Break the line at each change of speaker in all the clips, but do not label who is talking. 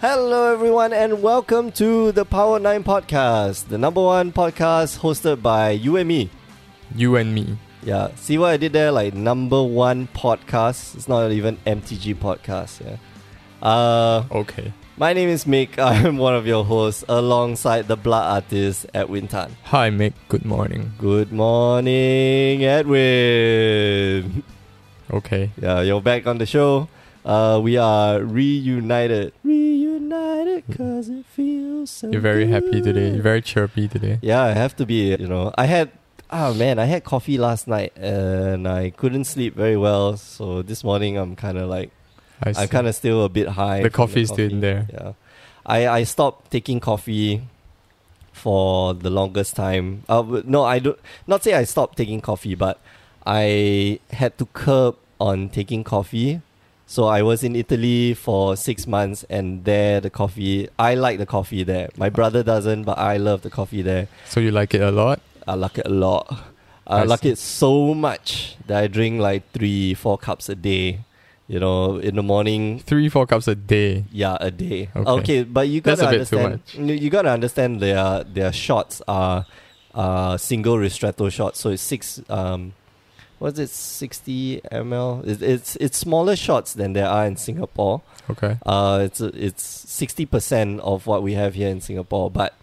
Hello, everyone, and welcome to the Power 9 podcast, the number one podcast hosted by you and me.
You and me.
Yeah, see what I did there? Like, number one podcast. It's not even MTG podcast, yeah. Uh,
Okay.
my name is Mick. I'm one of your hosts alongside the blood artist, Edwin Tan.
Hi, Mick. Good morning.
Good morning, Edwin.
Okay.
Yeah, you're back on the show. Uh, we are reunited. Reunited, cause it feels so.
You're very happy today. You're
good.
very chirpy today.
Yeah, I have to be. You know, I had. Oh man, I had coffee last night and I couldn't sleep very well. So this morning I'm kind of like
I
I'm
see.
kind of still a bit high.
The
from
coffee is still in there.
Yeah, I I stopped taking coffee for the longest time. Uh, w- no, I don't. Not say I stopped taking coffee, but I had to curb on taking coffee. So I was in Italy for six months, and there the coffee. I like the coffee there. My brother doesn't, but I love the coffee there.
So you like it a lot?
I like it a lot. I,
I
like
see.
it so much that I drink like three, four cups a day. You know, in the morning,
Three, four cups a day.
yeah, a day. Okay,
Okay.
but you gotta
That's a bit too
understand. You, you gotta understand their their shots are uh single ristretto shots, so it's six um, what's it sixty ml? It, it's it's smaller shots than there are in Singapore.
Okay.
Uh, it's it's sixty percent of what we have here in Singapore, but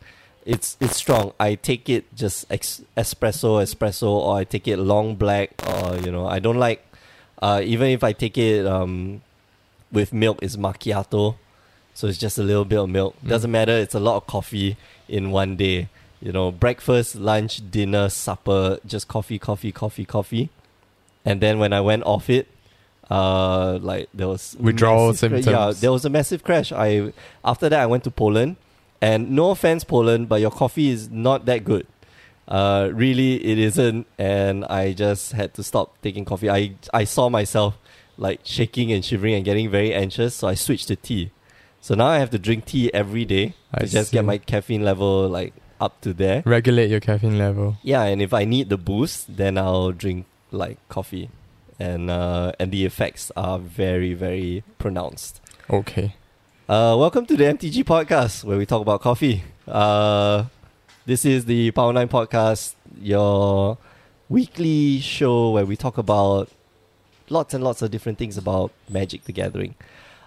it's it's strong. I take it just ex- espresso, espresso, or I take it long black, or you know, I don't like. Uh, even if I take it um, with milk, it's macchiato, so it's just a little bit of milk.
Mm.
Doesn't matter. It's a lot of coffee in one day. You know, breakfast, lunch, dinner, supper, just coffee, coffee, coffee, coffee. And then when I went off it, uh, like there was
Withdrawal
massive cra- Yeah,
symptoms.
there was a massive crash. I after that I went to Poland, and no offense Poland, but your coffee is not that good. Uh, really, it isn't, and I just had to stop taking coffee. I I saw myself like shaking and shivering and getting very anxious, so I switched to tea. So now I have to drink tea every day
I
to just
see.
get my caffeine level like up to there.
Regulate your caffeine level.
Yeah, and if I need the boost, then I'll drink like coffee, and uh, and the effects are very very pronounced.
Okay.
Uh, welcome to the MTG podcast where we talk about coffee. Uh, this is the Power Nine podcast, your weekly show where we talk about lots and lots of different things about Magic the Gathering.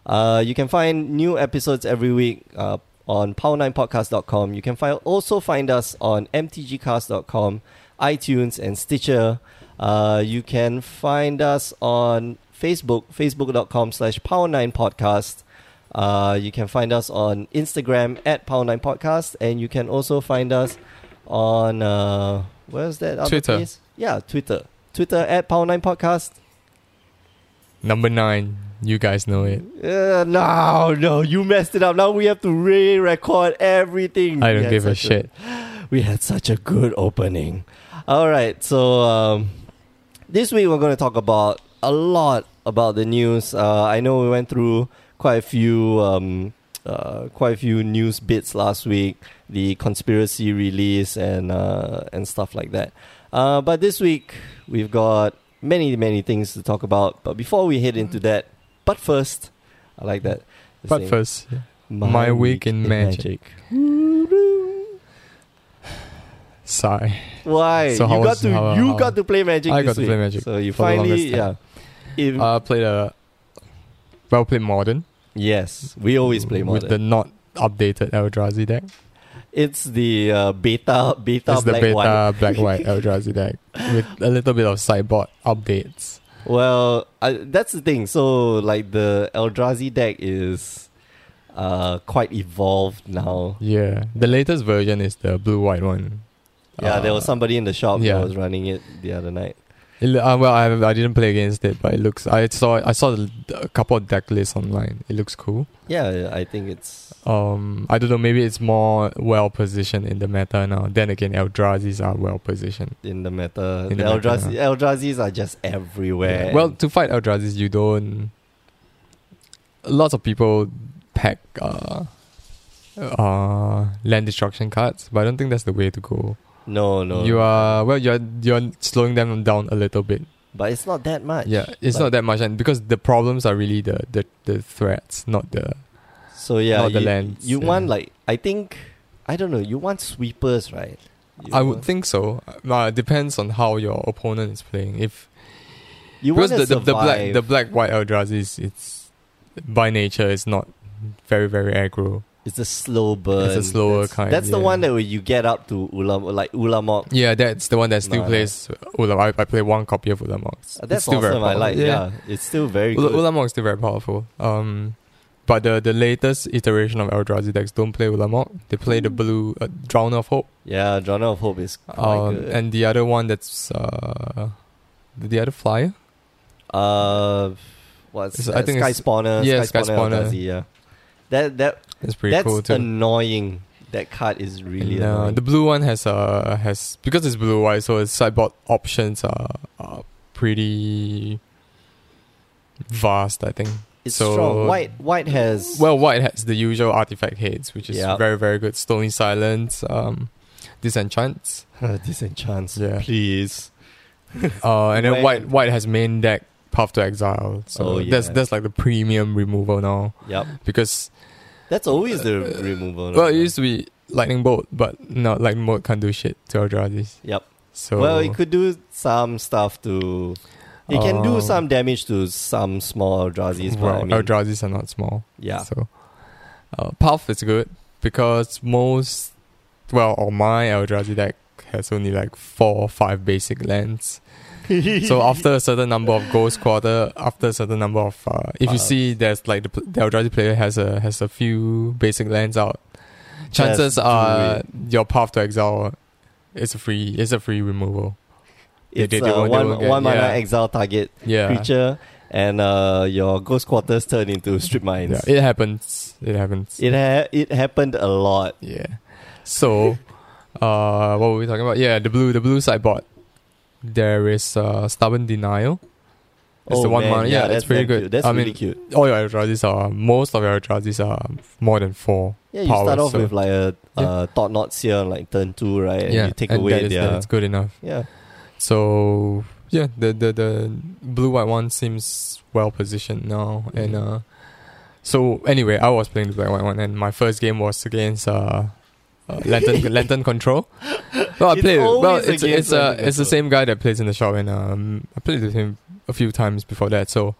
Uh, you can find new episodes every week uh, on power9podcast.com. You can find, also find us on mtgcast.com, iTunes, and Stitcher. Uh, you can find us on Facebook, facebook.com slash power9podcast. Uh, you can find us on Instagram at power9podcast, and you can also find us on, uh, where's that other
Twitter.
place? Yeah, Twitter. Twitter at power9podcast.
Number nine. You guys know it.
Uh, no, no, you messed it up. Now we have to re-record everything.
I
We
don't
had
give a
such
shit.
we had such a good opening. All right, so um, this week we're going to talk about a lot about the news. Uh, I know we went through quite a few, um, uh, quite a few news bits last week, the conspiracy release and uh, and stuff like that. Uh, but this week we've got many many things to talk about. But before we head into that, but first, I like that. the
But
saying,
first, my week in magic."
magic.
sigh.
Why?
So
you
how
got
was-
to
how-
you
how-
got to play magic.
I
this
got to
week.
play Magic
So you
for the
finally
longest
yeah.
time.
If-
Uh, played a well played modern.
yes, we always play
with the
modern.
not updated Eldrazi deck.
it's the uh, beta beta
it's the
black
beta
one.
black white Eldrazi deck with a little bit of sideboard updates.
Well, I, that's the thing. So like the Eldrazi deck is uh quite evolved now.
Yeah, the latest version is the blue white one.
Yeah, there was
Uh,
somebody in the shop
yeah.
that was running it the other night.
It, loo- uh, well, I, haven't- I didn't play against it, but it looks. I saw I saw the- a couple of deck lists online. It looks cool.
Yeah, I think it's
Um, I don't know. Maybe it's more well positioned in the meta now. Then agaagain, Eldrazi's are well positioned.
in the meta.
In
the
the meta,
Eldrazi, Eldrazi's are just everywhere.
Well, to fight Eldrazi's, you don't. Lots of people pack uh, uh, land destruction cards, but I don't think that's the way to go.
no, no,
You are well. You're you're slowing them down a little bit.
but it's not that much.
Yeah, it's
Like-
not that much, and because the problems are really the the, the threats, not the
So yeah,
Not the
you,
lands,
you
yeah.
want like I think I don't know. You want sweepers, right? You
I would
want-
think so. Uh, it depends on how your opponent is playing. If
you want
because the,
to
the, the black
survive.
the black white Eldrazi is it's by nature it's not very very aggro.
It's a slow burn.
slower
that's,
kind,
That's the
yeah.
one that when you get up to ulam like ulamok.
Yeah, that's the one that still
Nah.
plays Ulam. I, I play one copy of Ulamog.
Uh, That's awesome. I like. Yeah. it's still very good.
Ulamog is still very powerful. Um, but the the latest iteration of Eldrazi decks don't play Ulamog. They play the blue uh, Drowner of Hope.
yeah, Drowner of Hope is quite
Um,
good.
and the other one that's uh, the other flyer.
uh, what's
It's-
that?
I think
Sky
it's-
Spawner?
yeah,
Sky
Sky
Spawner.
Spawner.
Eldrazi, yeah, that that
That's pretty
that's
cool too.
annoying. That card is really
And, uh,
annoying.
the blue one has uh has because it's blue white, so its sideboard options are, are pretty vast. I think.
it's
so-
strong. White white has
Well, white has the usual artifact hits, which is
Yeah.
very very good. Stony Silence, um, Disenchants,
disenchants.
Yeah.
Please.
uh, and
When-
then white white has main deck Path to Exile. So
Oh,
that's
yeah.
that's like the premium removal now
Yep.
because
That's always the removal.
Well, it
number.
used to be Lightning Bolt, but no, Lightning Bolt can't do shit to Eldrazi's.
Yep.
So
well, it could do some stuff to. It can do
Um,
some damage to some small Eldrazi. Well,
well,
I mean.
Eldrazi's are not small.
yeah.
So uh, Puff is good because most, well, or my Eldrazi deck has only like four or five basic lands. so after a certain number of Ghost Quarter, after a certain number of, uh, if you
Puffs.
see there's like the, pl- the Eldrazi player has a has a few basic lands out, chances
do
are your Path to Exile. is a free. It's a free removal. They-
It's
they- they
uh,
won't- they
one,
won't get-
one mana
yeah.
exile target
Yeah.
creature, and uh, your ghost quarters turn into strip mines.
Yeah, it happens. It happens.
It ha- it happened a lot.
yeah. So, uh, what were we talking about? Yeah, the blue, the blue sideboard. There is uh, stubborn denial. It's
oh
the one
man,
mana. Yeah,
that's
it's pretty
damn
good.
Cute. That's
I
really
mean,
cute.
all your Eldrazi's are most of your Eldrazi's are more than four.
Yeah, you
power,
start off
so-
with like a
Yeah.
uh, thought not seer on like turn two, right? And
yeah,
you take
and
away
that is,
their
that's good enough.
yeah.
So yeah, the the the blue white one seems well positioned now, and uh, so anyway, I was playing the black white one, and my first game was against uh, uh lantern lantern control. Well, I
It's
played well.
always
It's
against
it's uh,
Lantern
it's the
Control.
same guy that plays in the shop, and um, I played with him a few times before that, so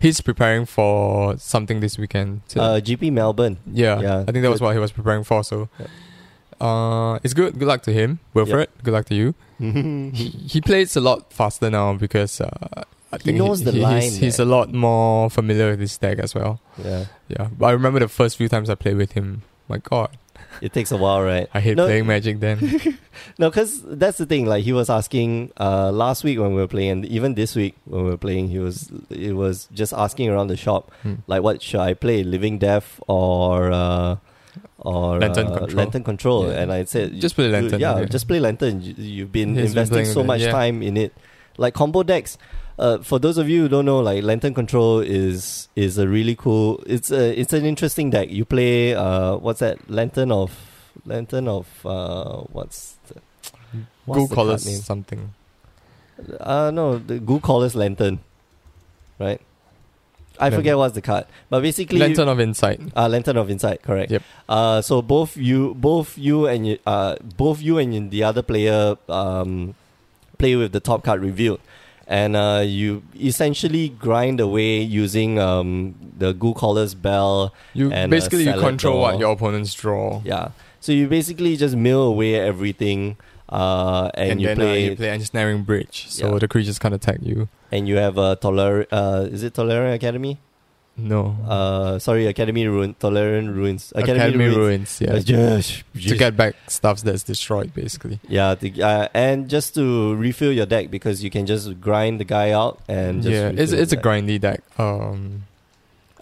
he's preparing for something this weekend. So-
Uh, GP Melbourne.
yeah,
yeah,
I think that was
good.
what he was preparing for. So. Uh, it's good. Good luck to him, Wilfred. Good luck to you he,
yeah,
he plays a lot faster now because uh, I
He
think
knows the line,
He's, he's
man.
a lot more familiar with his deck as well. Yeah, but I remember the first few times I played with him. My God,
it takes a while, right?
I hate
No.
playing Magic then.
No, because that's the thing. Like he was asking uh, last week when we were playing, and even this week when we were playing, he was it was just asking around the shop,
Hmm.
like, what should I play, Living Death or uh, or
Lantern
uh,
Control.
Lantern Control?
Yeah.
And I said,
Just play
"Dude,
Lantern,
Yeah,
yeah.
just play Lantern. You, you've been
He's been
investing
playing
so
with it,
much
yeah.
time in it, like combo decks. Uh, for those of you who don't know, like Lantern Control is is a really cool. It's a it's an interesting deck. You play uh, what's that? Lantern of Lantern of uh, what's the, what's
Go
the
call
card
us something.
name? Uh, no, the Goo Caller's Lantern, right? I
Lan-
forget what's the card, but basically
Lantern of Insight.
uh, Lantern of Insight, correct?
Yep.
Uh, so both you, both you and you, uh, both you and the other player um, play with the top card revealed, and uh, you essentially grind away using um, the Goo Caller's Bell.
You
And, uh,
basically you
Salad
control
Draw.
what your opponents draw,
Yeah. So you basically just mill away everything, uh, and, you
then
play,
uh, you play Ensnaring Bridge, so
Yeah.
the creatures can't attack you.
and you have a toler. Uh, is it Tolerant Academy?
No,
Uh, sorry, Academy Ruin, Tolerant Ruins,
Academy, ruins.
Uh,
Yeah,
just-
to get back stuff that's destroyed, basically.
Yeah, the, uh, and just to refill your deck because you can just grind the guy out and just
yeah, it's
refill
it's a
your deck.
grindy deck. Um,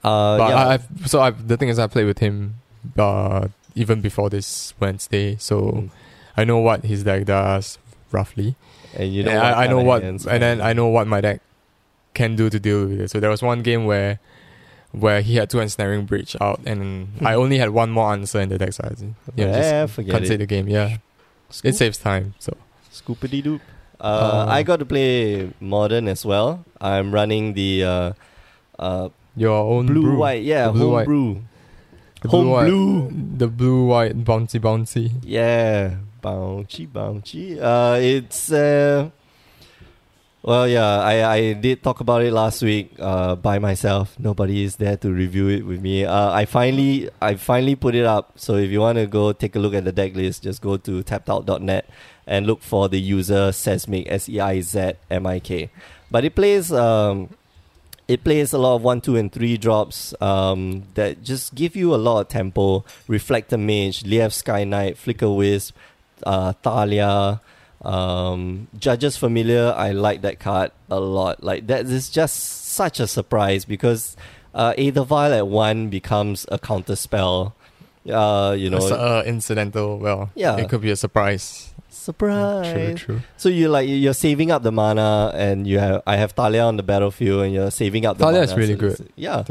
Uh,
but
yeah,
I, I've so I've, the thing is I played with him uh, even before this Wednesday, so
Mm.
I know what his deck does roughly.
and you know,
and
what
I, I know
kinda
what,
hands-
and then I know what my deck can do to deal with it. So there was one game where where he had two ensnaring breach out, and I only had one more answer in the deck, so I just- yeah, just
Hmm. yeah, forget
can't save
it.
the game. Yeah,
Scoop,
it saves time. So
scoopity doop. Uh,
Uh,
I got to play modern as well. I'm running the uh, uh,
your own
blue
brew.
white, yeah,
The blue
home
white.
brew.
The
Home
blue-white-
blue.
The blue white bouncy bouncy.
Yeah, bouncy, bouncy. Uh, it's uh, well, yeah. I I did talk about it last week. Uh, by myself, nobody is there to review it with me. Uh, I finally I finally put it up. So if you want to go take a look at the deck list, just go to tappedout.net and look for the user Seismic S E I Z M I K. But it plays um. It plays a lot of one, two, and three drops um, that just give you a lot of tempo. Reflector Mage, Liev Sky Knight, Flicker Wisp, uh, Thalia, um, Judges Familiar. I like that card a lot. Like that is just such a surprise because uh, Aether Vial at one becomes a counter spell. Uh, you know,
It's uh, incidental. Well,
Yeah.
it could be a surprise.
surprise.
True, true.
So you like you're saving up the mana, and you have I have Talia on the battlefield, and you're saving up the
Thalia
mana.
is really
so it's- Yeah.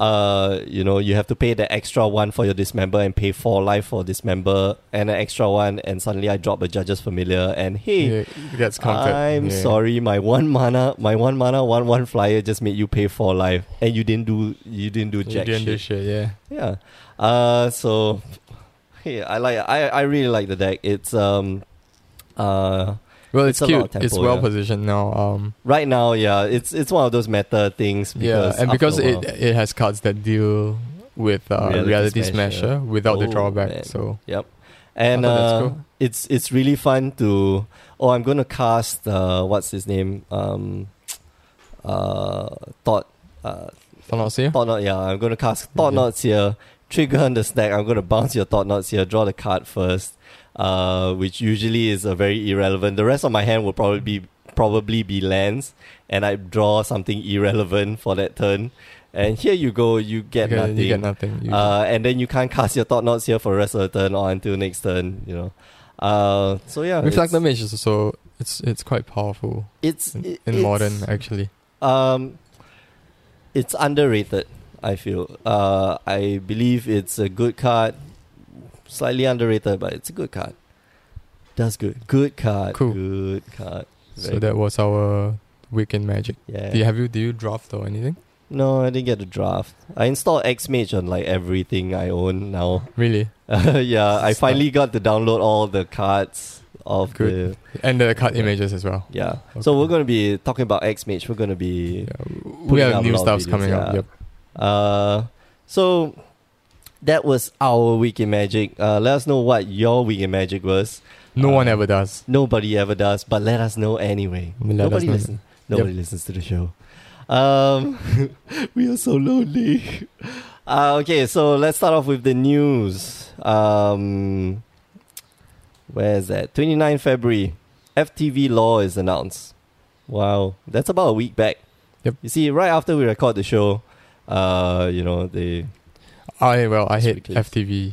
Uh, you know, you have to pay the extra one for your dismember and pay four life for dismember and an extra one, and suddenly I drop a judge's familiar, and hey,
Yeah, it gets counted.
I'm
Yeah.
sorry, my one mana, my one mana, one one flyer just made you pay four life, and you didn't do, you didn't do
You
jack
didn't do
shit.
shit. Yeah.
Yeah. Uh, so yeah, I like, I, I really like the deck. It's um, uh.
Well,
It's a lot
it's, cute.
of tempo,
it's well
yeah.
positioned now. Um,
Right now, yeah, it's it's one of those meta things. Because
yeah, and
after
because
a
it
while-
it has cards that deal with uh,
Reality
reality,
Smasher.
smasher, without the
Oh,
drawback.
man.
So
Yep. And
I thought that's
uh,
cool.
it's it's really fun to oh I'm gonna cast uh what's his name? Um uh Thought uh
Thanasia,
Thought Knot, yeah, I'm gonna cast Thought
Okay.
Knots here, trigger on the stack, I'm gonna bounce your Thought Knots here, draw the card first. Uh which usually is a very irrelevant. The rest of my hand will probably be probably be lands and I draw something irrelevant for that turn. And here you go, you get
you,
nothing.
you get nothing. You-
Uh, and then you can't cast your thought knots here for the rest of the turn or until next turn, you know. Uh, so yeah,
Reflector
it's,
Mage is also it's it's quite powerful
it's
in,
it-
in modern
it's,
actually.
Um, it's underrated. I feel. Uh, I believe it's a good card, slightly underrated, but it's a good card. That's good. Good card.
Cool.
Good card.
So
Very
that was our week in Magic.
Yeah.
Do you have you do you draft or anything?
no, I didn't get the draft. I installed X Mage on like everything I own now.
Really?
yeah, I
It's
finally got to download all the cards of
Good.
the
And the card
Yeah.
images as well.
Yeah.
Okay.
So we're going to be talking about X Mage. We're going to be.
Yeah,
putting
we have
up a
new
lot of
stuffs
videos,
coming
yeah.
up. Yep.
Uh, so that was our week in Magic. Uh, let us know what your week in Magic was.
No
Uh,
one ever does.
Nobody ever does, but let us know anyway.
Let us
Nobody
know.
listens. Nobody listens to the show. Um, we are so lonely. Uh, okay, so let's start off with the news. Um, where is that? 29 February, FTV law is announced. Wow, that's about a week back.
Yep.
You see, right after we record the show, uh, you know they,
I Oh, well I hate
Strictly.
FTV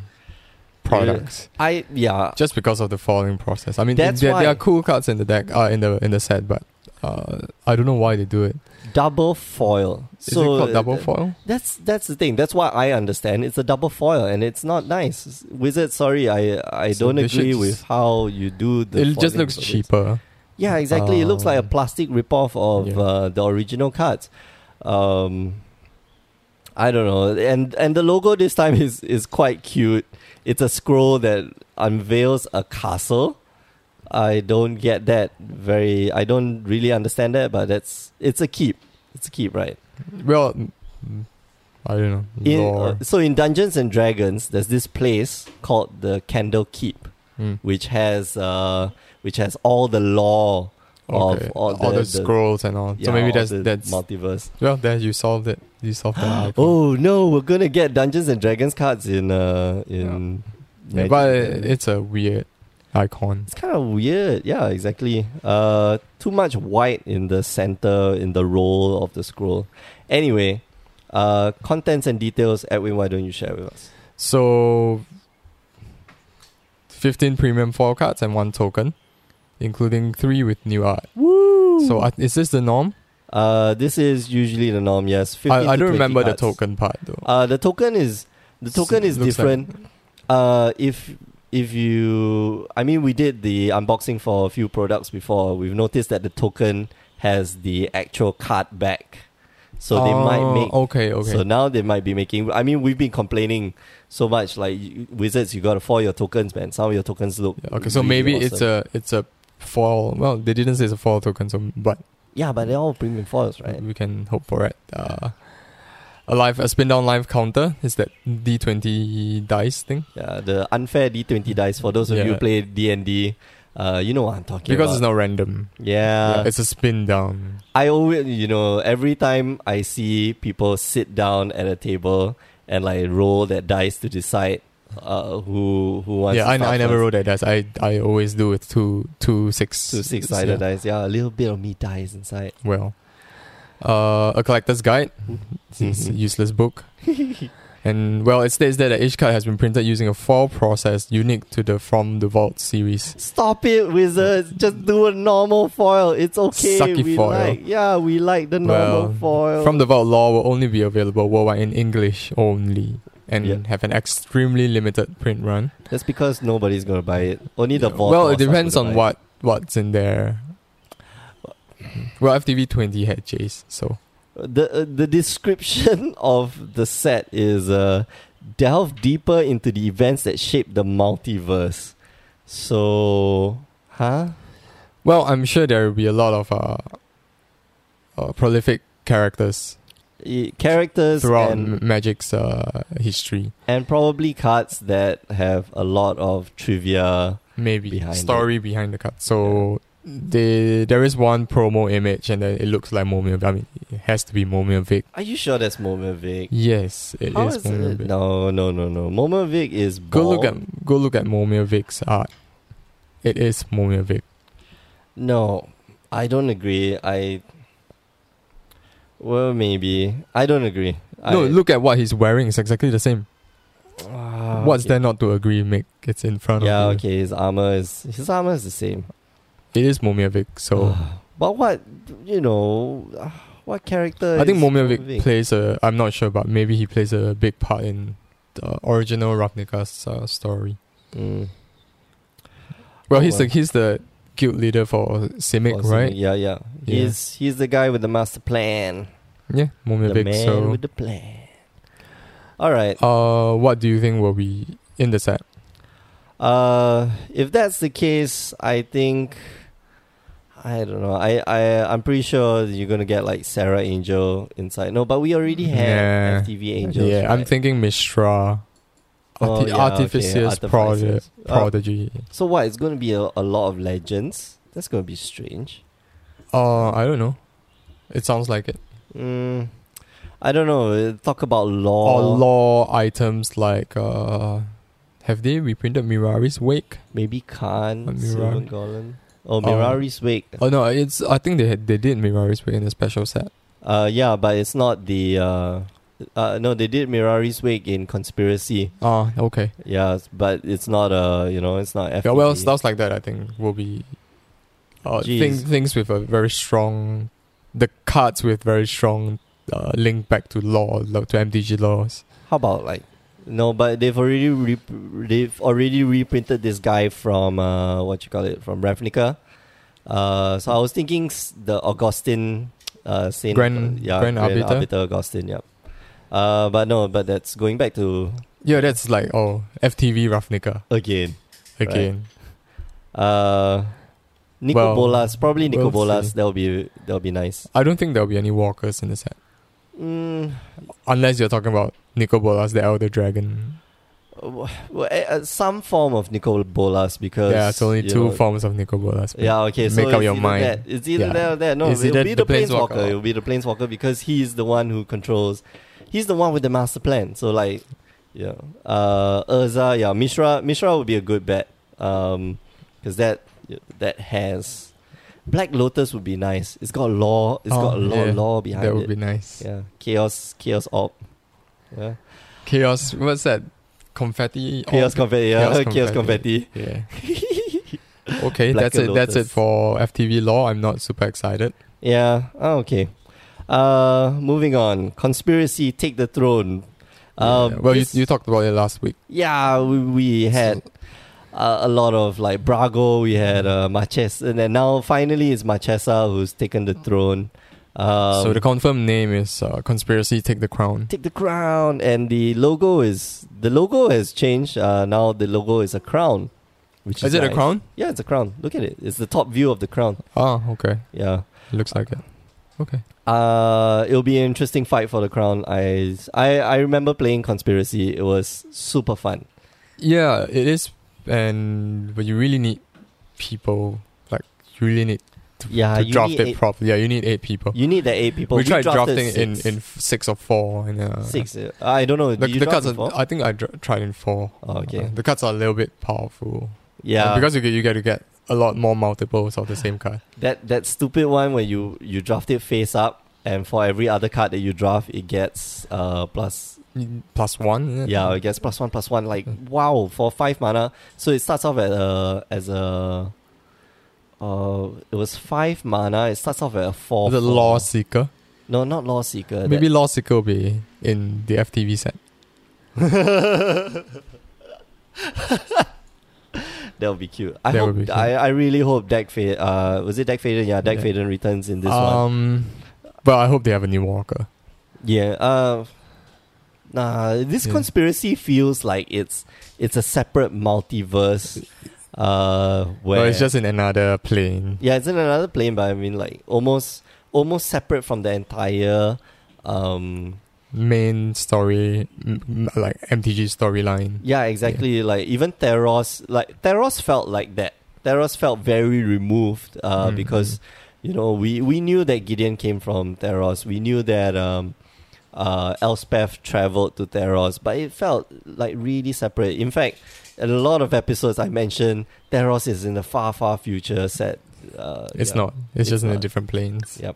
products.
I yeah,
just because of the falling process. I mean,
That's
there, there
why-
are cool cards in the deck, uh, in the in the set, but uh, I don't know why they do it.
double foil.
Is it called double
uh,
foil?
That's that's the thing. That's why I understand. It's a double foil, and it's not nice. Wizard, sorry, I I
So
don't
they should
agree
just-
with how you do the.
It just
foiling
looks
for this.
cheaper.
Yeah, exactly. it looks like a
Um,
plastic ripoff of
yeah.
uh, the original cards. Um, I don't know, and and the logo this time is is quite cute. It's a scroll that unveils a castle. I don't get that very. I don't really understand that, but that's it's a keep. It's a keep, right?
Well, mm, I don't know.
In,
Lore.
uh, so in Dungeons and Dragons, there's this place called the Candle Keep,
Mm.
which has uh, which has all the lore of
Okay.
all
all,
the-
the,
the-
scrolls and all. so
yeah,
maybe
all
that's
the
that's
multiverse.
well. There you solved it. You solved that.
Oh no, we're gonna get Dungeons and Dragons cards in uh in.
yeah,
Magic.
but it, it's a weird icon.
it's kind of weird. Yeah, exactly. Uh, too much white in the center in the roll of the scroll. Anyway, uh, contents and details. Edwin, why don't you share with us?
So, fifteen premium foil cards and one token, including three with new art.
Woo!
So I- is this the norm?
Uh, this is usually the norm. Yes, 15
I, I
to
don't
20
remember
cards.
the token part though.
Uh, the token is the token
S-
is
looks
different.
Like,
Uh, if if you, I mean, we did the unboxing for a few products before. We've noticed that the token has the actual card back. So they might
Oh,
make
Okay, okay.
So now they might be making. I mean, we've been complaining so much. Like you- wizards, you gotta foil your tokens, man. Some of your tokens look.
Yeah, okay, so
really
maybe
awesome.
it's a it's a fall. Well, they didn't say it's a fall token, so but
yeah, but they're all premium foils, right?
we can hope for it. Uh, a live a spin down live counter is that D twenty dice thing
Yeah, the unfair D twenty dice. For those of you who
Yeah.
play D and D, uh, you know what I'm talking
because it's
about.
not random.
Because it's not. Yeah,
yeah, it's a spin down.
I always, you know, every time I see people sit down at a table and like roll their dice to decide uh, who who wants.
Yeah,
to
I,
start
I never
first.
rolled that dice. I I always do with two two six
two six sided
yeah.
dice. Yeah, a little bit of me dies inside.
Well, uh, a collector's guide.
Mm-hmm.
It's a useless book. and well, it states there that each card has been printed using a foil process unique to the From the Vault series.
Stop it, wizards! Just do a normal foil. It's okay.
Sucky
we
foil.
like, yeah, we like the normal
Well,
foil.
From the Vault law will only be available worldwide in English only and
Yeah.
have an extremely limited print run.
That's because nobody's gonna buy it. Only the vault.
well, it
Lords are
depends
gonna
on
buy it.
what what's in there. Well, FTV 20 had Jace, so
the uh, the description of the set is uh, delve deeper into the events that shape the multiverse. So, huh?
well, I'm sure there will be a lot of uh, uh prolific characters
I- Characters
throughout
and,
M- Magic's uh history.
and probably cards that have a lot of trivia.
maybe
behind
story behind the card. So they there is one promo image, and then it looks like Momiovic. I mean, it has to be Momiovic.
Are you sure that's Momovic?
Yes, it is
How is it?
Momiovic.
No, no, no, no. Momovic is
Go
bald.
look at go look at Momiovic's art. It is Momiovic.
No, I don't agree. I. Well, maybe I don't agree.
no,
I,
look at what he's wearing. It's exactly the same.
Ah,
What's
okay.
there not to agree, Mick? It's in front
Yeah,
of you.
okay. His armor is his armor is the same.
It is Momiovic.
Ah.
So
But what you know, what character?
I think
is
Momiovic plays a. I'm not sure, but maybe he plays a big part in the original Ravnica's uh, story.
Mm,
Well,
Oh,
he's
well.
the he's the guild leader for Simic,
or
right?
something. Yeah, yeah.
Yeah.
He's he's the guy with the master plan.
Yeah,
the
Momiovic.
man
So,
with the plan. All right.
uh, what do you think will be in the set?
Uh, if that's the case, I think I don't know. I I I'm pretty sure you're gonna get like Sarah Angel inside. No, but we already
Yeah.
had FTV Angels.
yeah, I'm
right?
thinking Mistra,
Oh,
Arti-
yeah, okay,
Artificious
Artificers.
Prodi-
Uh,
Prodigy.
So what? It's gonna be a, a lot of legends. That's gonna be strange.
Uh, I don't know. It sounds like it.
Mm, I don't know. uh, Talk about Oh, law.
Or law items like uh, have they reprinted Mirari's Wake?
Maybe Khan,
Or Mirari.
Silver Golem. Oh, Mirari's Wake.
Oh no, it's I think they had, they did Mirari's Wake in a special set.
Uh, yeah, but it's not the. Uh, uh, no, they did Mirari's Wake in Conspiracy.
Ah, okay.
Yeah, s- but it's not a. You know, it's not. FTV.
Yeah, well, stuff like that I think will be uh,
Jeez.
things things with a very strong the cards with very strong uh, link back to law lo- to MDG laws.
How about like? No, but they've already rep- they've already reprinted this guy from uh, what you call it from Ravnica. Uh, so I was thinking s- the Augustine uh, Saint
Grand-
yeah,
Grand Arbiter?
Augustine, yeah. Uh, but no, but that's going back to
Yeah, that's like oh FTV Ravnica
again.
again.
Uh, Nico
Well,
Bolas, probably Nico
we'll
Bolas.
see.
That'll be that'll be nice.
I don't think there'll be any walkers in the set
Mm,
unless you're talking about Nicobolas the Elder Dragon.
w- w- eh, uh, some form of Nico Bolas because
Yeah, it's only
you
two
know,
forms of Nicobolas. but
Yeah, okay. so
Make up
it's
your
either
mind.
That. It's either
Yeah.
that or that. No,
Is it
it'll
that
be the,
the
planeswalker.
planeswalker?
It'll be the planeswalker because he's the one who controls. He's the one with the master plan. So like, yeah, uh, Urza, yeah, Mishra, Mishra would be a good bet. Um, because that that has Black Lotus would be nice. It's got law. It's
Oh,
got a lot
yeah.
of law behind
that would
it.
be nice.
yeah, chaos, chaos op. Yeah,
Chaos. What's that? Confetti. Oh,
chaos confetti. Yeah,
Chaos
chaos
confetti.
confetti.
Yeah. okay,
Black
that's it. That's it
Lotus.
for FTV Law. I'm not super excited.
Yeah. Oh, okay. Uh, moving on. Conspiracy take the throne. Uh,
Yeah. well,
this-
you, you talked about it last week.
yeah, we, we had uh, a lot of like Brago. We had uh, Marches, and then now finally it's Marchesa who's taken the throne. Um,
so the confirmed name is uh, Conspiracy Take the Crown.
take the crown, and the logo is the logo has changed. Uh, now the logo is a crown. Which is,
Is it a
nice.
crown?
Yeah, it's a crown. Look at it. It's the top view of the crown.
Oh, okay.
Yeah.
Looks like it. Okay.
Uh, it'll be an interesting fight for the crown. I, I I remember playing Conspiracy. It was super fun.
Yeah, it is, and but you really need people. Like you really need to,
Yeah,
to
Ah, you
draft
need
it
eight-
properly. Yeah, you need eight people.
You need the eight people.
we tried
drafted
drafting in
six.
in f- six or four, and uh,
six. uh, I don't know.
The,
Did you
the
draft
cards, are,
before?
I uh, think I dr- tried in four.
Oh, okay.
Uh, the cards are a little bit powerful.
yeah,
because you get you get to get a lot more multiples of the same card.
that that stupid one where you you draft it face up, and for every other card that you draft, it gets uh plus
Mm, Plus one. isn't it?
yeah, it gets plus one plus one. Like
Mm.
wow, for five mana, so it starts off at a as a. Uh, it was five mana. It starts off at a four.
the
four.
Law Seeker.
No, not Law Seeker. that-
Maybe Law Seeker will be in the FTV set.
that would be cute. I
That
hope.
would be
I, I really hope Deck Fade. Uh, was it Deck Faden? Yeah, Deck
Yeah.
Faden returns in this one.
um, Well, I hope they have a new Walker.
Yeah. Uh, nah, this
Yeah.
conspiracy feels like it's it's a separate multiverse. Uh, where
Well, it's just in another plane.
yeah, it's in another plane, but I mean like almost almost separate from the entire. Um,
Main story, m- m- like MTG storyline.
yeah, exactly. Like even Theros, like Theros felt like that. Theros felt very removed uh,
Mm,
because you know we we knew that Gideon came from Theros. We knew that um, uh, Elspeth traveled to Theros, but it felt like really separate. In fact, in a lot of episodes I mentioned Theros is in the far far future. Set. Uh,
It's
yeah.
not. It's,
It's
just in a
not.
different planes.
Yep.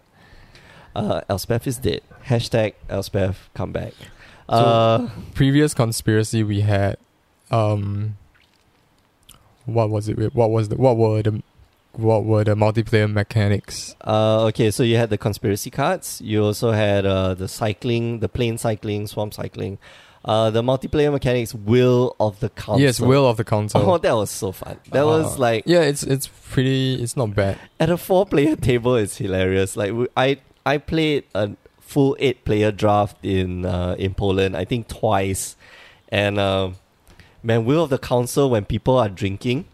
Uh, Elspeth is dead. Hashtag Elspeth come back. Uh,
Previous conspiracy we had, um, what was it? What was the? What were the? What were the multiplayer mechanics?
Uh, okay, so you had the conspiracy cards. You also had uh, the cycling, the plane cycling, swamp cycling. Uh, the multiplayer mechanics, Will of the Council.
Yes, will of the council.
Oh, that was so fun. That was
Uh,
like
yeah, it's it's pretty. It's not bad.
at a four-player table. It's hilarious. Like we- I, I played a full eight-player draft in uh, in Poland. I think twice, and um, man, Will of the Council when people are drinking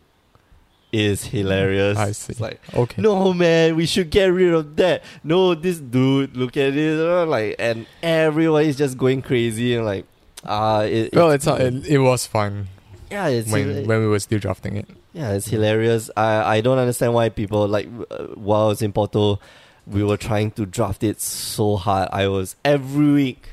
is hilarious.
I see.
It's like
Okay.
no man, we should get rid of that. No, this dude, look at it, uh, like, and everyone is just going crazy and like, ah, it,
Well, it's not, it, it was fun
yeah, it's
when when we were still drafting it.
yeah, it's hilarious. I I don't understand why people like uh, while I was in Porto, we were trying to draft it so hard. I was every week.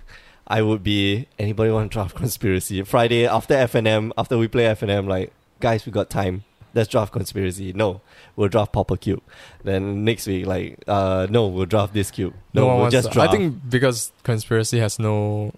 I would be anybody want to draft conspiracy Friday after FNM after we play FNM like guys we got time let's draft conspiracy no we'll draft Popper Cube then next week like uh no we'll draft this cube no,
one
we'll
wants
just
to-
draft
I think because conspiracy has no,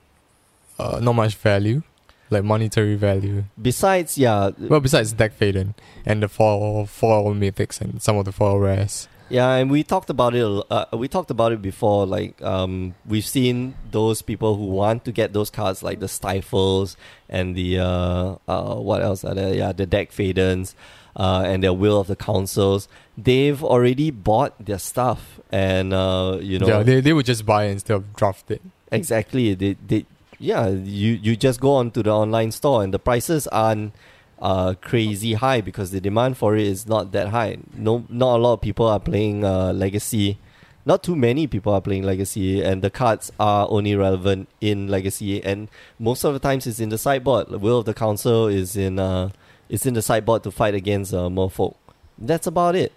uh, not much value, like monetary value.
besides yeah
Well, besides Deck Faden and the four four mythics and some of the four rares.
Yeah, and we talked about it. a l- Uh, we talked about it before. Like, um, we've seen those people who want to get those cards, like the stifles and the uh, uh, what else are there? Yeah, the deck fadens, uh, and their will of the councils. They've already bought their stuff, and uh, you know,
yeah, they they would just buy it instead of draft it.
exactly. They, they, yeah, you you just go onto the online store, and the prices aren't uh, crazy high because the demand for it is not that high. No, not a lot of people are playing uh, Legacy. Not too many people are playing Legacy, and the cards are only relevant in Legacy. And most of the times, it's in the sideboard. The Will of the Council is in uh, it's in the sideboard to fight against uh, Merfolk. That's about it.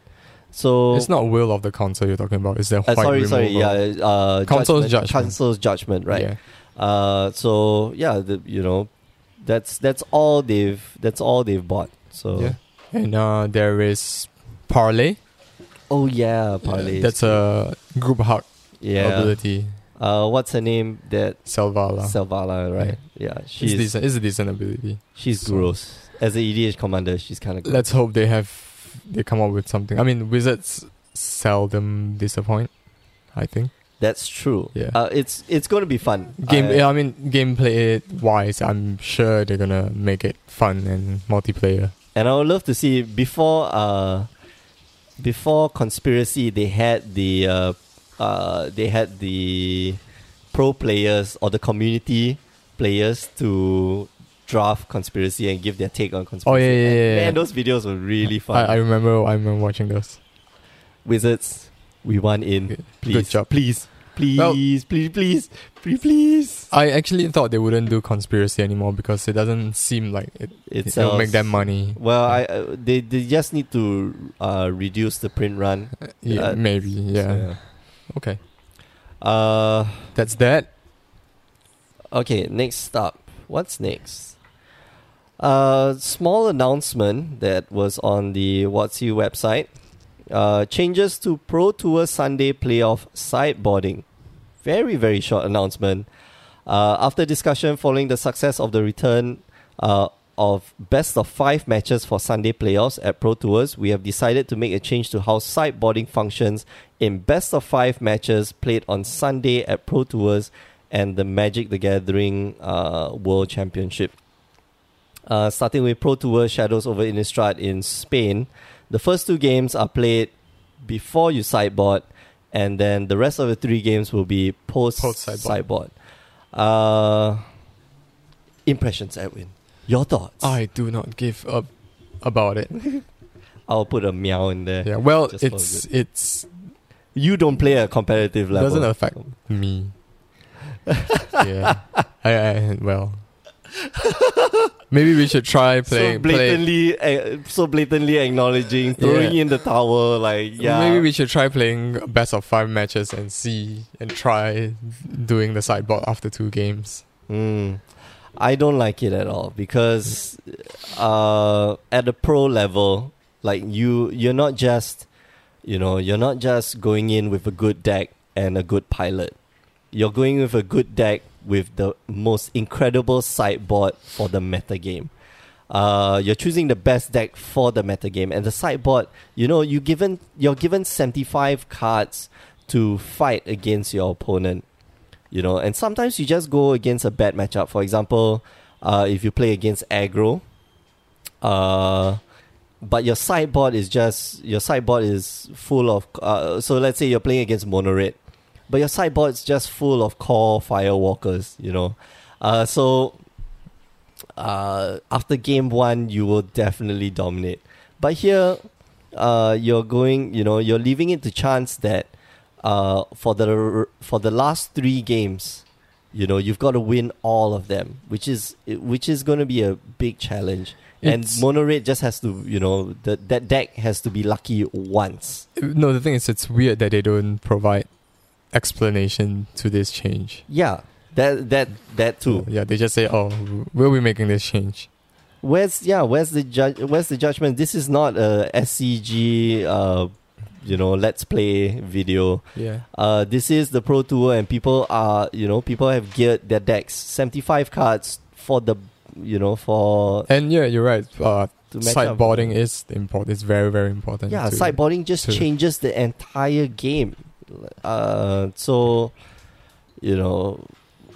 So
It's not will of the council you're talking about. It's the
uh,
white
sorry, sorry, yeah,
removal.
uh,
Council's judgment.
Council's judgment, right?
Yeah.
Uh, so yeah, the, you know, that's that's all they've that's all they've bought. So
Yeah. And uh, there is parlay.
oh yeah, parlay.
Yeah, that's a group hug
yeah.
ability.
Uh, what's her name? That
Selvala.
Selvala, right? Yeah,
it's
she's
decent. It's a decent ability.
she's
so-
gross. As an EDH commander, she's kind of gross.
Let's hope they have they come up with something. I mean, wizards seldom disappoint. I think
that's true.
Yeah.
uh, it's it's going to be fun.
game.
I-
I, mean, gameplay wise, I'm sure they're gonna make it fun and multiplayer.
And I would love to see before uh before conspiracy they had the uh uh, they had the pro players or the community players to draft conspiracy and give their take on
Oh
conspiracy.
yeah, yeah,
And
yeah. yeah.
Man, those videos were really fun.
I, I remember. I remember watching those.
Wizards, we won in.
Good-
Mm, Please,
Good job.
please, please,
Well-
please, please, please, please.
I actually thought they wouldn't do conspiracy anymore because it doesn't seem like it.
It
It will make
sells.
them money.
uh, Well, I uh, they they just need to uh, reduce the print run.
Yeah,
uh,
maybe. Yeah.
So,
Okay.
yeah. Uh,
That's that.
okay. Next up, what's next? Uh, small announcement that was on the What's You website. Uh, changes to Pro Tour Sunday playoff sideboarding. Very very short announcement. Uh, after discussion following the success of the return uh, of best of five matches for Sunday playoffs at Pro Tours, we have decided to make a change to how sideboarding functions in best of five matches played on Sunday at Pro Tours and the Magic the Gathering uh, World Championship. Uh, starting with Pro Tour Shadows over Innistrad in Spain, the first two games are played before you sideboard, and then the rest of the three games will be post sideboard.
Post-sideboard.
Uh, impressions, Edwin. Your thoughts?
I do not give up about it.
I'll put a meow in there.
Yeah. Well,
Just for
it's it's
You don't play a competitive level.
doesn't affect me. yeah. I, I well. Maybe we should try playing.
so blatantly, eh, so blatantly acknowledging, throwing
Yeah.
in the towel, like yeah.
Maybe we should try playing best of five matches and see and try doing the sideboard after two games.
Hmm. I don't like it at all because uh, at the pro level, like you, you're not just, you know, you're not just going in with a good deck and a good pilot. You're going with a good deck with the most incredible sideboard for the meta game. Uh, you're choosing the best deck for the meta game, and the sideboard. You know, you given you're given seventy five cards to fight against your opponent you know and sometimes you just go against a bad matchup for example uh, if you play against aggro uh, but your sideboard is just your sideboard is full of uh, so let's say you're playing against mono red but your sideboard is just full of core firewalkers you know uh, so uh, after game one you will definitely dominate but here uh, you're going you know you're leaving it to chance that uh, for the for the last three games, you know, you've got to win all of them, which is which is going to be a big challenge.
It's-
and Mono Red just has to, you know, that that deck has to be lucky once.
No, the thing is, it's weird that they don't provide explanation to this change.
Yeah, that that that too.
Yeah, they just say, "Oh, we'll be making this change."
Where's yeah? Where's the judge? Where's the judgment? This is not a SCG, uh, you know, let's play video.
Yeah,
Uh, this is the Pro Tour, and people are you know people have geared their decks seventy five cards for the you know for
and yeah, you're right. Uh,
to match up.
sideboarding is important. It's very, very important.
Yeah,
to-
sideboarding just
to-
changes the entire game. Uh, so you know.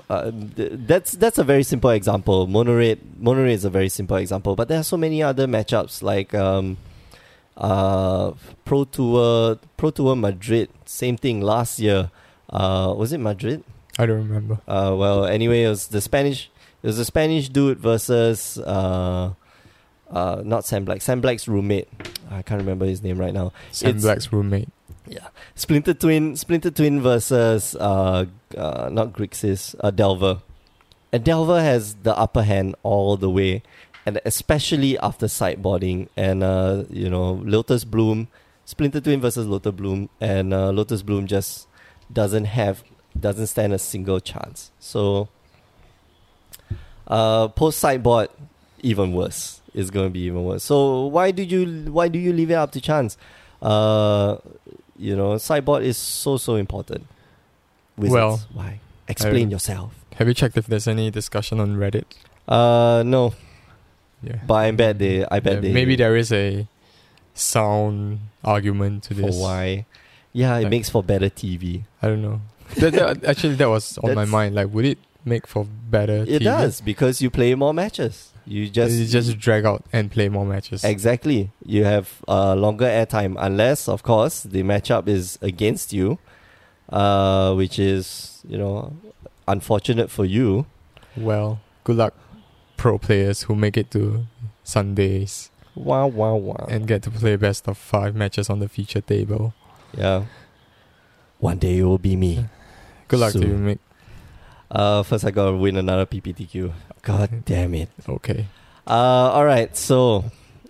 Uh, th- that's that's a very simple example. Monorate Monorate is a very simple example, but there are so many other matchups like um, uh, Pro Tour Pro Tour Madrid. Same thing last year. Uh, was it Madrid?
I don't remember.
Uh, well, anyway, it was the Spanish. It was a Spanish dude versus uh, uh, not Sam Black. Sam Black's roommate. I can't remember his name right now.
Sam
It's-
Black's roommate.
Splinter Twin. Splinter Twin versus uh, uh, not Grixis. Uh, Delver. And Delver has the upper hand all the way, and especially after sideboarding. And uh, you know, Lotus Bloom, Splinter Twin versus Lotus Bloom, and uh, Lotus Bloom just doesn't have doesn't stand a single chance. So uh, post sideboard, even worse. It's going to be even worse. So why do you why do you leave it up to chance? Uh, you know, sideboard is so so important. Wizards,
Well,
why? Explain yourself.
Have you checked if there's any discussion on Reddit?
Uh, no,
Yeah.
but I bet they. I bet
Yeah,
they.
maybe there is a sound argument to
for
this.
why? Yeah, it
Like-
makes for better TV.
I don't know. That- that- actually, that was on my
That's-
mind. Like, would it make for better?
It
TV?
does because you play more matches. You just
You just drag out and play more matches.
Exactly. You have uh, longer airtime, unless, of course, the matchup is against you. uh, which is you know unfortunate for you.
Well, good luck, pro players who make it to Sundays
Wow, wow, wow.
and get to play best of five matches on the feature table.
yeah. One day it will be me.
Good luck to
Soon.
you, Mick.
Uh, first I gotta win another PPTQ. God damn it.
Okay.
Uh, all right, so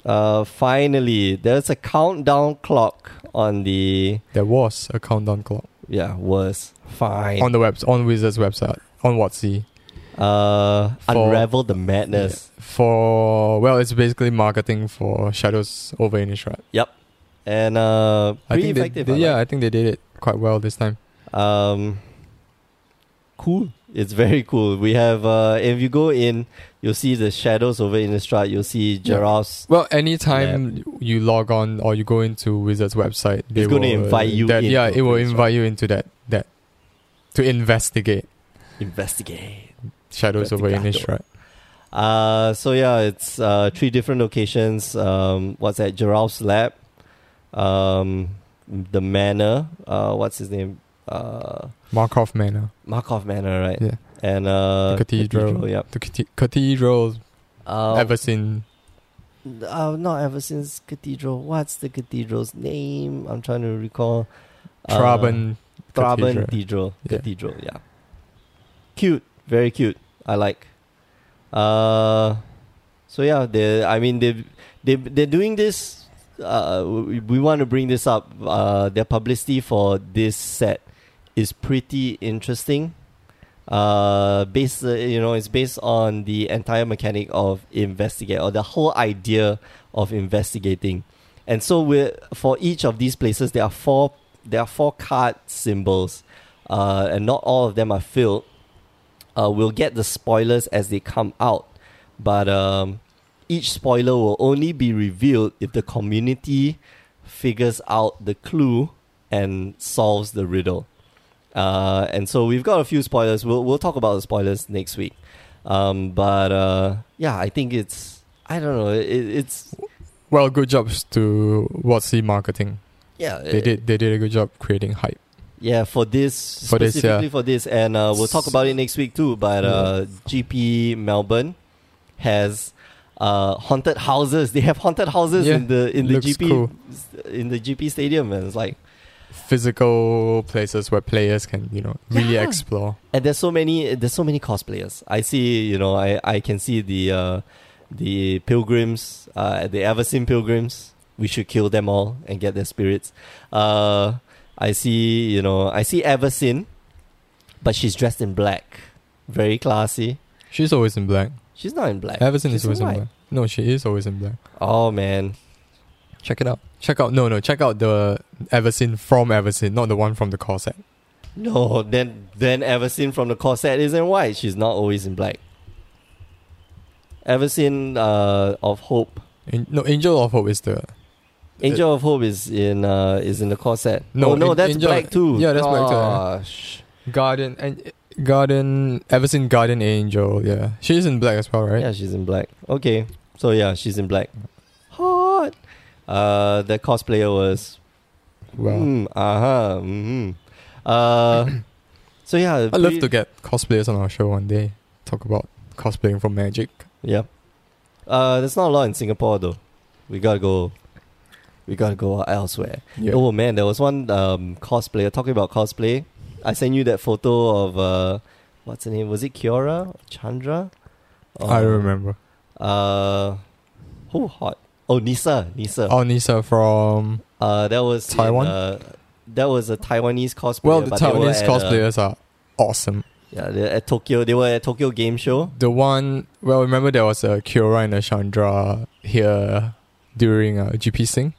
uh, finally, there's a countdown clock on the
There was a countdown clock
yeah was fine.
on the web on Wizards website on Watsy
uh,
For-
unravel the madness.
for well, it's basically marketing for Shadows over Innistrad.
And uh,
I
pretty
think they,
effective.
they-
I
yeah,
like.
I think they did it quite well this time.
Um, cool. It's very cool. We have uh, if you go in, you'll see the shadows over Innistrad. You'll see
Yeah.
giraffes.
Well, anytime you log on or you go into Wizards website, they
It's gonna
will,
invite you
that-
in
Yeah,
to
it will
things,
invite you into that that to investigate
Investigate.
Shadows over
Investigato.
Innistrad.
Uh, so yeah, it's uh, three different locations. Um, what's that? Giraffe's lab, um, the manor. Uh, what's his name? Uh,
Markov Manor,
Markov Manor, right?
Yeah.
And uh,
Cathedral.
Yep.
the cate- cathedral
Uh,
ever seen.
uh, not ever since Cathedral. What's the cathedral's name? I'm trying to recall. Uh,
Traben
Traben
Cathedral.
Cathedral.
Yeah.
Cathedral, yeah. Cute, very cute. I like. Uh, so yeah, they. I mean, they, they, they're doing this. Uh, we, we want to bring this up. Uh, their publicity for this set is pretty interesting. Uh, based, uh, you know, it's based on the entire mechanic of investigate or the whole idea of investigating. And so, we for each of these places, there are four there are four card symbols, uh, and not all of them are filled. Uh, we'll get the spoilers as they come out, but um, each spoiler will only be revealed if the community figures out the clue and solves the riddle. Uh, and so we've got a few spoilers. We'll we'll talk about the spoilers next week. Um, but uh, yeah, I think it's I don't know. It, it's
Well, good jobs to Watsy marketing.
yeah.
They
it-
did they did a good job creating hype.
Yeah, for this
For this,
specifically
yeah.
for this, and uh, we'll talk about it next week too. But uh, GP Melbourne has uh, haunted houses. They have haunted houses
Yeah,
in the in the
looks
GP
cool.
in the GP stadium, and it's like,
Physical places where players can you know really
Yeah.
explore.
and there's so many there's so many cosplayers. I see, you know, I I can see the uh, the pilgrims, uh, the Everseen pilgrims. We should kill them all and get their spirits. Uh, I see, you know, I see Everseen, but she's dressed in black, very classy.
She's always in black.
She's not in black.
Everson
She's
is always in
white.
black. No, she is always in black.
Oh man,
Check it out. Check out no no check out the Everson from Everson, not the one from the corset.
no. Then then Everseen from the corset isn't white. She's not always in black. Everseen uh, of Hope,
An- no, Angel of Hope is the
Angel of Hope is in uh, is in the corset.
No,
oh, no,
An-
that's
Angel-
black too. Ah,
yeah, that's black too.
Gosh.
Garden and Garden Everson Garden Angel. Yeah, she is in black as well, right?
Yeah, she's in black. Okay, so yeah, she's in black. Hot. Uh, the cosplayer was
Well,
Mm, uh-huh, mhm. Uh So yeah,
I'd love
pretty-
to get cosplayers on our show one day. Talk about cosplaying from Magic.
Yeah. Uh, there's not a lot in Singapore though. We gotta go. We gotta go elsewhere.
Yeah.
Oh man, there was one um, cosplayer talking about cosplay. I sent you that photo of uh, what's her name? Was it Kiora? Chandra?
I
Or-
don't remember.
Uh, who hot? Oh, Nisa. Nisa.
Oh, Nisa from
Uh, that was in,
Taiwan?
uh, that was a Taiwanese cosplayer.
well, the
but they were
Taiwanese
at, uh,
cosplayers are awesome.
yeah, they're at Tokyo. They were at Tokyo Game Show.
The one well, remember there was a Kiora and a Chandra here during uh, GP Sing.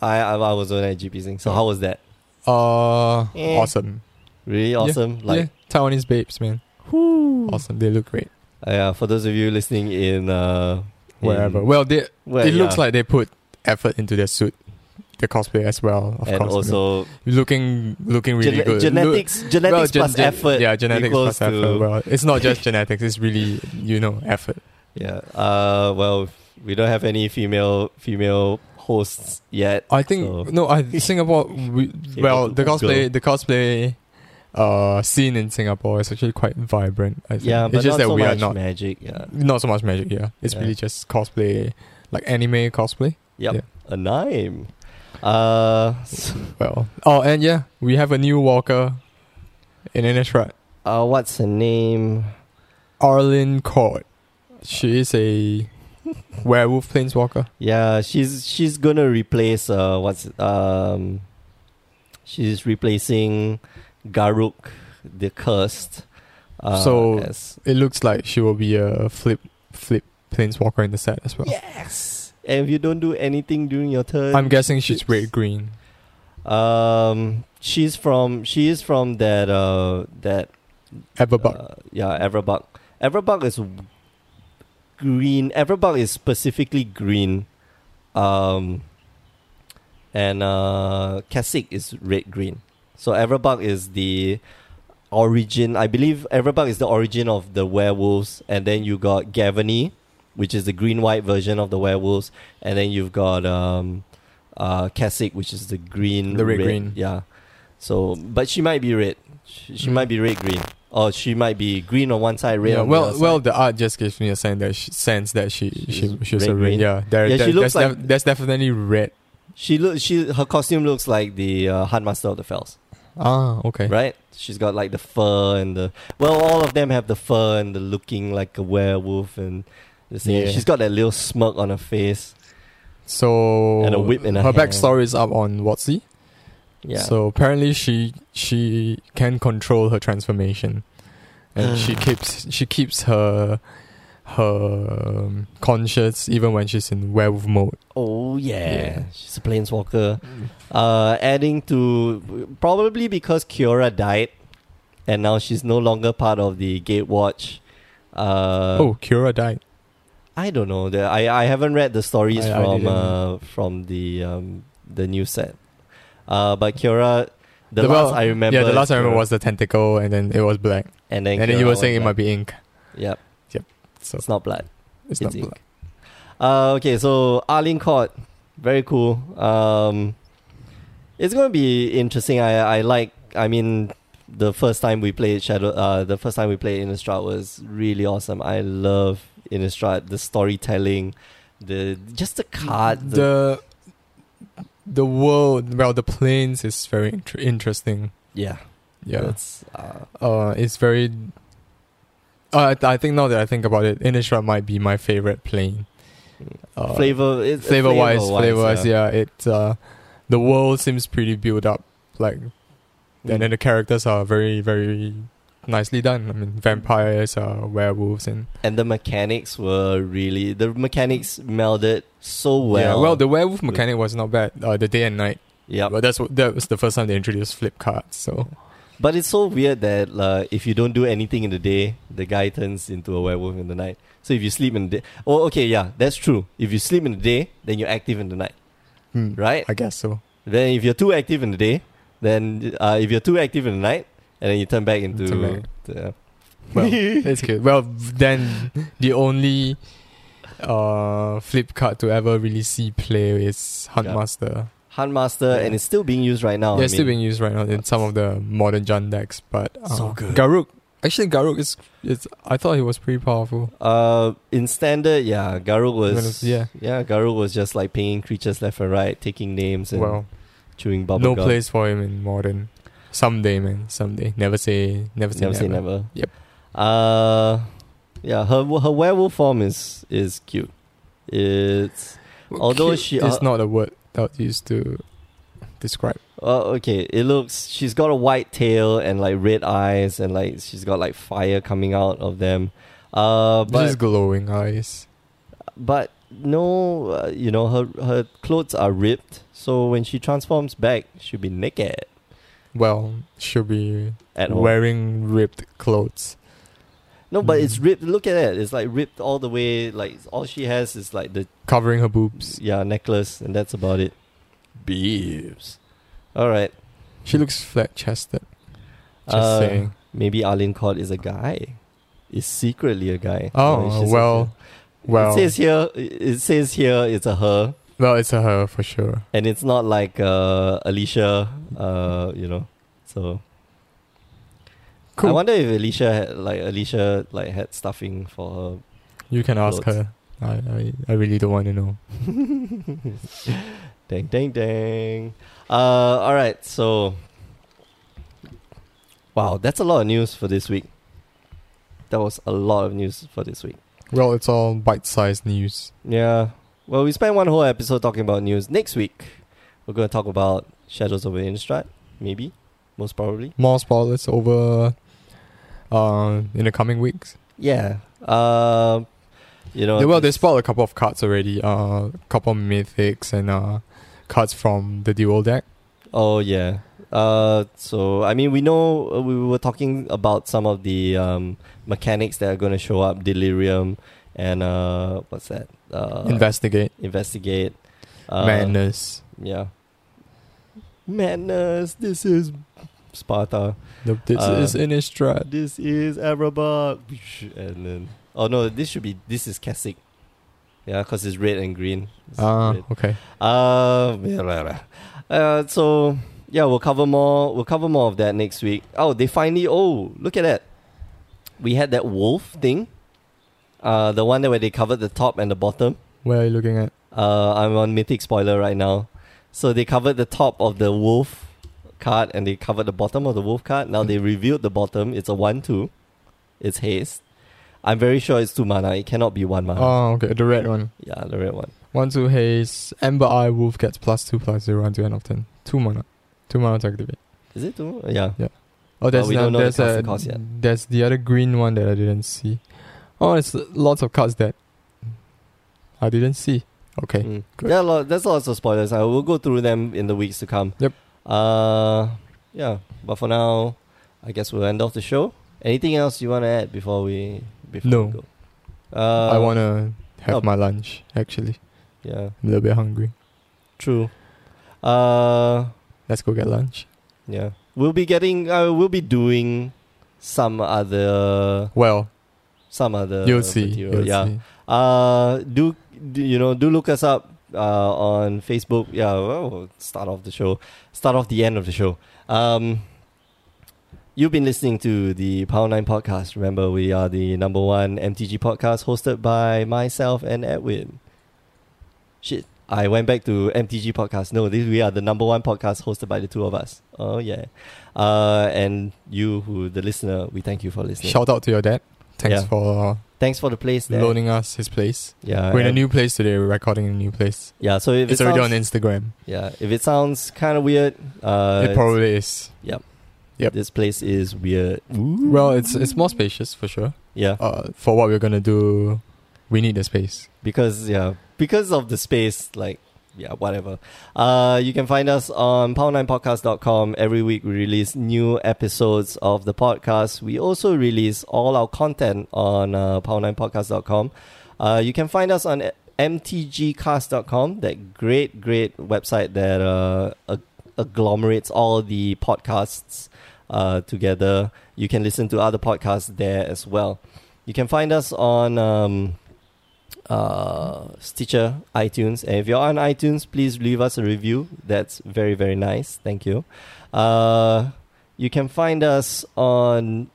I I, I was on at GP Sing. So how was that?
Uh,
Eh.
awesome.
Really awesome. like
yeah, Taiwanese babes, man.
Whew.
Awesome. They look great.
Uh, yeah, for those of you listening in uh,
Wherever.
in-
Well, they
where-
it looks
yeah,
like they put effort into their suit, their cosplay as well. Of
and
course,
also
looking looking really
gene-
good.
genetics,
Look-
genetics
well, gen-
plus
gen-
effort.
Yeah, genetics
equals
plus effort.
to-
Well, it's not just genetics. It's really you know effort.
yeah. Uh, well, we don't have any female female hosts yet.
I think
So-
no. I Singapore. We,
Okay,
well,
let's
the
go.
cosplay the cosplay uh, scene in Singapore is actually quite vibrant. I think.
yeah, but
it's just
not
that
so
we
much
are not
magic. Yeah.
not so much magic. Yeah, it's
Yeah.
really just cosplay, like anime cosplay.
Yep.
Yeah.
A name. Uh, s-
Well, oh, and yeah, we have a new walker in Innisfrad,
uh, what's her name?
Arlyn Court. She is a werewolf planeswalker.
Yeah, she's she's gonna replace uh what's um she's replacing Garuk the cursed. Uh,
So-
as-
It looks like she will be a flip flip planeswalker in the set as well.
yes. And if you don't do anything during your turn,
I'm guessing she's
it's-
red green.
Um, she's from she is from that uh that
Everbuck.
Uh, yeah, Everbuck. Everbuck is w- green. Everbuck is specifically green. Um, and uh, Kasich is red green. So Everbuck is the origin. I believe Everbuck is the origin of the werewolves. And then you got Gavany, which is the green white version of the werewolves. And then you've got um, uh, Kasich, which is the green.
The red green.
Yeah. So, but she might be red. She, she
Mm.
might be red green, or she might be green on one side, red.
yeah,
on the
well,
other
well, the art just gives me a sense that she, sense that she she
She's
she's a
red
red.
green.
Yeah, there,
Yeah,
there-
she looks
that's, def-
like-
that's definitely red.
Side. She look. She her costume looks like the uh, Handmaster of the Fells,
Ah, okay.
right? She's got like the fur and the. Well, all of them have the fur and the looking like a werewolf and. this thing.
Yeah.
She's got that little smirk on her face.
So
And a whip in her
her
hand.
backstory is up on Watsy.
Yeah.
So apparently she she can control her transformation, and she keeps she keeps her her um, conscious even when she's in werewolf mode.
oh yeah.
Yeah.
she's a planeswalker. Uh, adding to probably because Kiora died, and now she's no longer part of the Gatewatch. Uh,
oh, Kira died.
I don't know. The, I I haven't read the stories
I- I
from
didn't.
uh, from the um, the new set. Uh, but Kiora, the,
well,
last I remember,
Yeah, the
is
last I remember
Kiora.
was the tentacle, and then it was black,
and then
and, then
Kiora
you were
was
saying it might
like-
be ink.
yep,
Yep. So
it's not blood.
it's,
It's
not black.
ink. Uh, okay, so Arlene Court, very cool. Um, it's gonna be interesting. I I like. I mean, the first time we played Shadow, uh, the first time we played Innistrad was really awesome. I love Innistrad. The storytelling, the just the card, the
the the world, well, the planes is very inter- interesting.
yeah.
Yeah.
That's, uh,
uh, it's very. Uh, I I think now that I think about it, Innisfrad might be my favorite plane. Uh,
flavor, it,
flavor wise, flavor wise, yeah. It uh, the world seems pretty built up, like,
Mm.
and then the characters are very, very nicely done. I mean, vampires, uh, werewolves, and
And the mechanics were really the mechanics melded so Oh, well.
yeah, well, the werewolf mechanic was not bad. Uh, the day and night,
yep.
but that's what- that was the first time they introduced flip cards. So
But it's so weird that uh, if you don't do anything in the day, the guy turns into a werewolf in the night. So if you sleep in the day, oh, okay, yeah, that's true. If you sleep in the day, then you're active in the night,
hmm,
right?
I guess so.
Then if you're too active in the day, then uh, if you're too active in the night, and then you turn back into.
Turn back.
the-
Well, it's good. Well, then the only uh, flip card to ever really see play is Huntmaster.
Handmaster, and it's still being used right now.
yeah,
Oh, I
it's still
mean.
being used right now in some of the modern Jun decks, but uh,
So good.
Garuk. Actually, Garuk is. It's. I thought he was pretty powerful.
Uh, in standard, yeah, Garuk was
Minus- yeah.
yeah, Garuk was just like pinging creatures left and right, taking names and
well,
chewing bubble
no
gum.
place for him in modern. Someday, man. Someday. Never say. Never say.
Never
Never,
say never.
Yep.
Uh, yeah, her her werewolf form is is cute. It's Although
Cute
she-
is
uh,
not a word that used to describe.
uh, okay. It looks she's got a white tail and like red eyes and like she's got like fire coming out of them. Uh, but
Just glowing eyes.
but no, uh, you know her her clothes are ripped, so when she transforms back, she'll be naked
Well, she'll be
at home.
wearing ripped clothes.
No, but it's
Mm.
ripped. Look at that. It's like ripped all the way. Like all she has is like the
covering her boobs.
yeah necklace, and that's about it. Beeves. All right.
She looks flat chested. Just
Uh,
saying.
Maybe Arlene Court is a guy. Is secretly a guy. No,
Oh
she's a-
well, well,
It says here. It says here. It's a her,
well, it's a her for sure.
and it's not like uh, Alicia. Uh, you know. So I
Cool.
wonder if Alicia had like Alicia like had stuffing for her
You can ask
Clothes.
her. I, I I really don't want to know.
Dang, dang, dang. Uh, all right, so. Wow, that's a lot of news for this week. That was a lot of news for this week.
Well, it's all bite-sized news.
Yeah. Well, we spent one whole episode talking about news. Next week, we're going to talk about Shadows of Innistrad, maybe, most probably.
More spoilers over uh, in the coming weeks.
Yeah. Um, you know.
They- well, they
this-
spoiled a couple of cards already. Uh, a couple of mythics and uh, cards from the dual deck.
Oh yeah. Uh, so I mean, we know uh, we were talking about some of the um, mechanics that are going to show up: delirium and uh, what's that? Uh,
Investigate
investigate. Uh,
madness.
Yeah. Madness. This is Sparta.
The, this
uh,
is Innistrad.
This is Abrabah. And then, oh no, this should be. This is Keswick. Yeah, because it's red and green. It's
Ah,
red.
okay.
Uh, blah, blah, blah. uh, so yeah, we'll cover more. We'll cover more of that next week. Oh, they finally. Oh, look at that. We had that wolf thing. Uh, the one that where they covered the top and the bottom.
Where are you looking at?
Uh, I'm on Mythic spoiler right now. So they covered the top of the wolf card and they covered the bottom of the wolf card. Now they revealed the bottom. It's a one two. It's haste. I'm very sure it's two mana. It cannot be one mana.
Oh, okay. The red one.
yeah, the red one.
One two haze. Ember Eye Wolf gets plus two plus zero until end of turn. Two mana. Two mana to activate.
Is it two? Yeah.
Oh, there's
we
no-
don't know the
there's
cost-
a,
the cost yet.
there's the other green one that I didn't see. Oh, it's lots of cards that I didn't see. Okay.
Mm.
good.
There are lot, there's lots of spoilers. I will go through them in the weeks to come.
Yep.
Uh, yeah. But for now, I guess we'll end off the show. Anything else you want to add before we? Before
No.
We go? Uh,
I wanna have
oh.
my lunch. Actually,
Yeah.
I'm a little bit hungry.
True. Uh,
Let's go get lunch.
yeah. We'll be getting. Uh, we'll be doing some other.
Well,
Some other.
you'll see.
material,
You'll
Uh, yeah.
see.
Uh, do, do you know? Do look us up uh, on Facebook. Yeah, well, we'll start off the show. Start off the end of the show. Um, you've been listening to the Power Nine podcast. Remember, we are the number one MTG podcast hosted by myself and Edwin. Shit, I went back to MTG podcast. No, this, we are the number one podcast hosted by the two of us. Oh yeah, uh, and you, who the listener, we thank you for listening.
Shout out to your dad. Thanks
Yeah.
for
Thanks for the place. There.
loaning us his place.
Yeah,
We're in a
and-
new place today. We're recording in a new place.
Yeah, so if it
It's already
sounds-
on Instagram.
Yeah, if it sounds kind of weird, uh,
it probably is.
it's- this place is weird.
Well, it's it's more spacious for sure.
Yeah,
Uh, for what we're gonna do, we need the space.
because yeah, because of the space, like yeah, whatever. Uh, you can find us on power9podcast.com. Every week we release new episodes of the podcast. We also release all our content on uh, power9podcast.com. Uh, you can find us on mtgcast.com, that great, great website that uh, ag- agglomerates all the podcasts uh, together. You can listen to other podcasts there as well. You can find us on um, uh, Stitcher, iTunes. And if you're on iTunes, please leave us a review. That's very, very nice. Thank you. Uh, you can find us on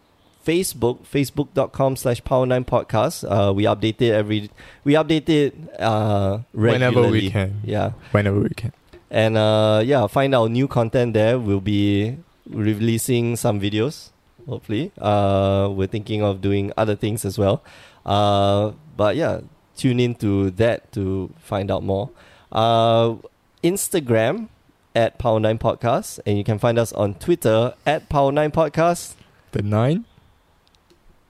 Facebook, facebook.com slash power9 podcast. Uh, we update it every, we update it uh, regularly.
Whenever we can.
Yeah.
Whenever we can.
And uh, yeah, find our new content there. We'll be releasing some videos, hopefully. Uh, we're thinking of doing other things as well. Uh, but yeah, tune in to that to find out more. Uh, Instagram at Power 9 Podcast. And you can find us on Twitter at Power 9 Podcast.
The nine.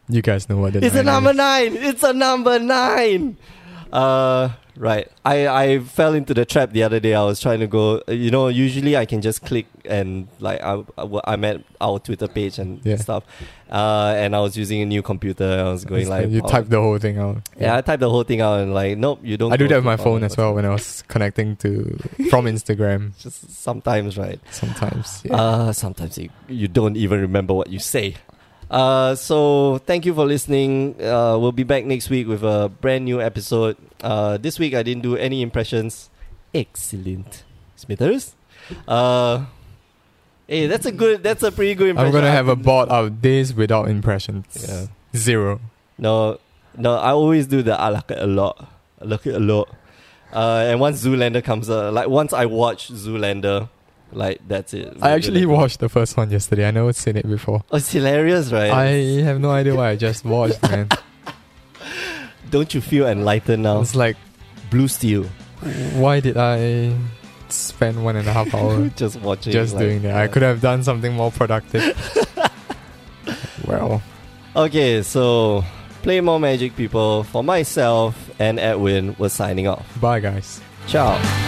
You guys know what the
It's a
nine
number
is.
nine. It's a number nine. Uh, right. I I fell into the trap the other day. I was trying to go. You know, usually I can just click and like I I- I'm at our Twitter page and
Yeah.
stuff. Uh, and I was using a new computer. I was going
It's
like
you
oh.
type the whole thing out.
Yeah, I typed the whole thing out and like nope, you don't.
I do
go
that
to
with my
Power
phone
Nine
as well when I was connecting to from Instagram
Podcast. Just sometimes, right?
sometimes. Yeah.
Uh, sometimes you, you don't even remember what you say. Uh, so thank you for listening. Uh, we'll be back next week with a brand new episode. Uh, this week I didn't do any impressions. Excellent, Smithers. Uh, Hey, that's a good. That's a pretty good impression.
I'm gonna have a
I've-
board of days without impressions.
Yeah.
Zero.
No, no. I always do the I like it a lot. I like it a lot. Uh, and once Zoolander comes out, like once I watch Zoolander, like that's it.
I actually
Zoolander.
watched the first one yesterday. I never seen it before.
Oh, it's hilarious, right?
I have no idea why I just watched, man.
Don't you feel enlightened now?
It's like,
Blue Steel.
why did I spend one and a half hour
just watching.
just
like,
doing that? I
uh,
could have done something more productive. well,
Okay, so play more magic, people. For myself and Edwin, we're signing off.
bye, guys.
Ciao.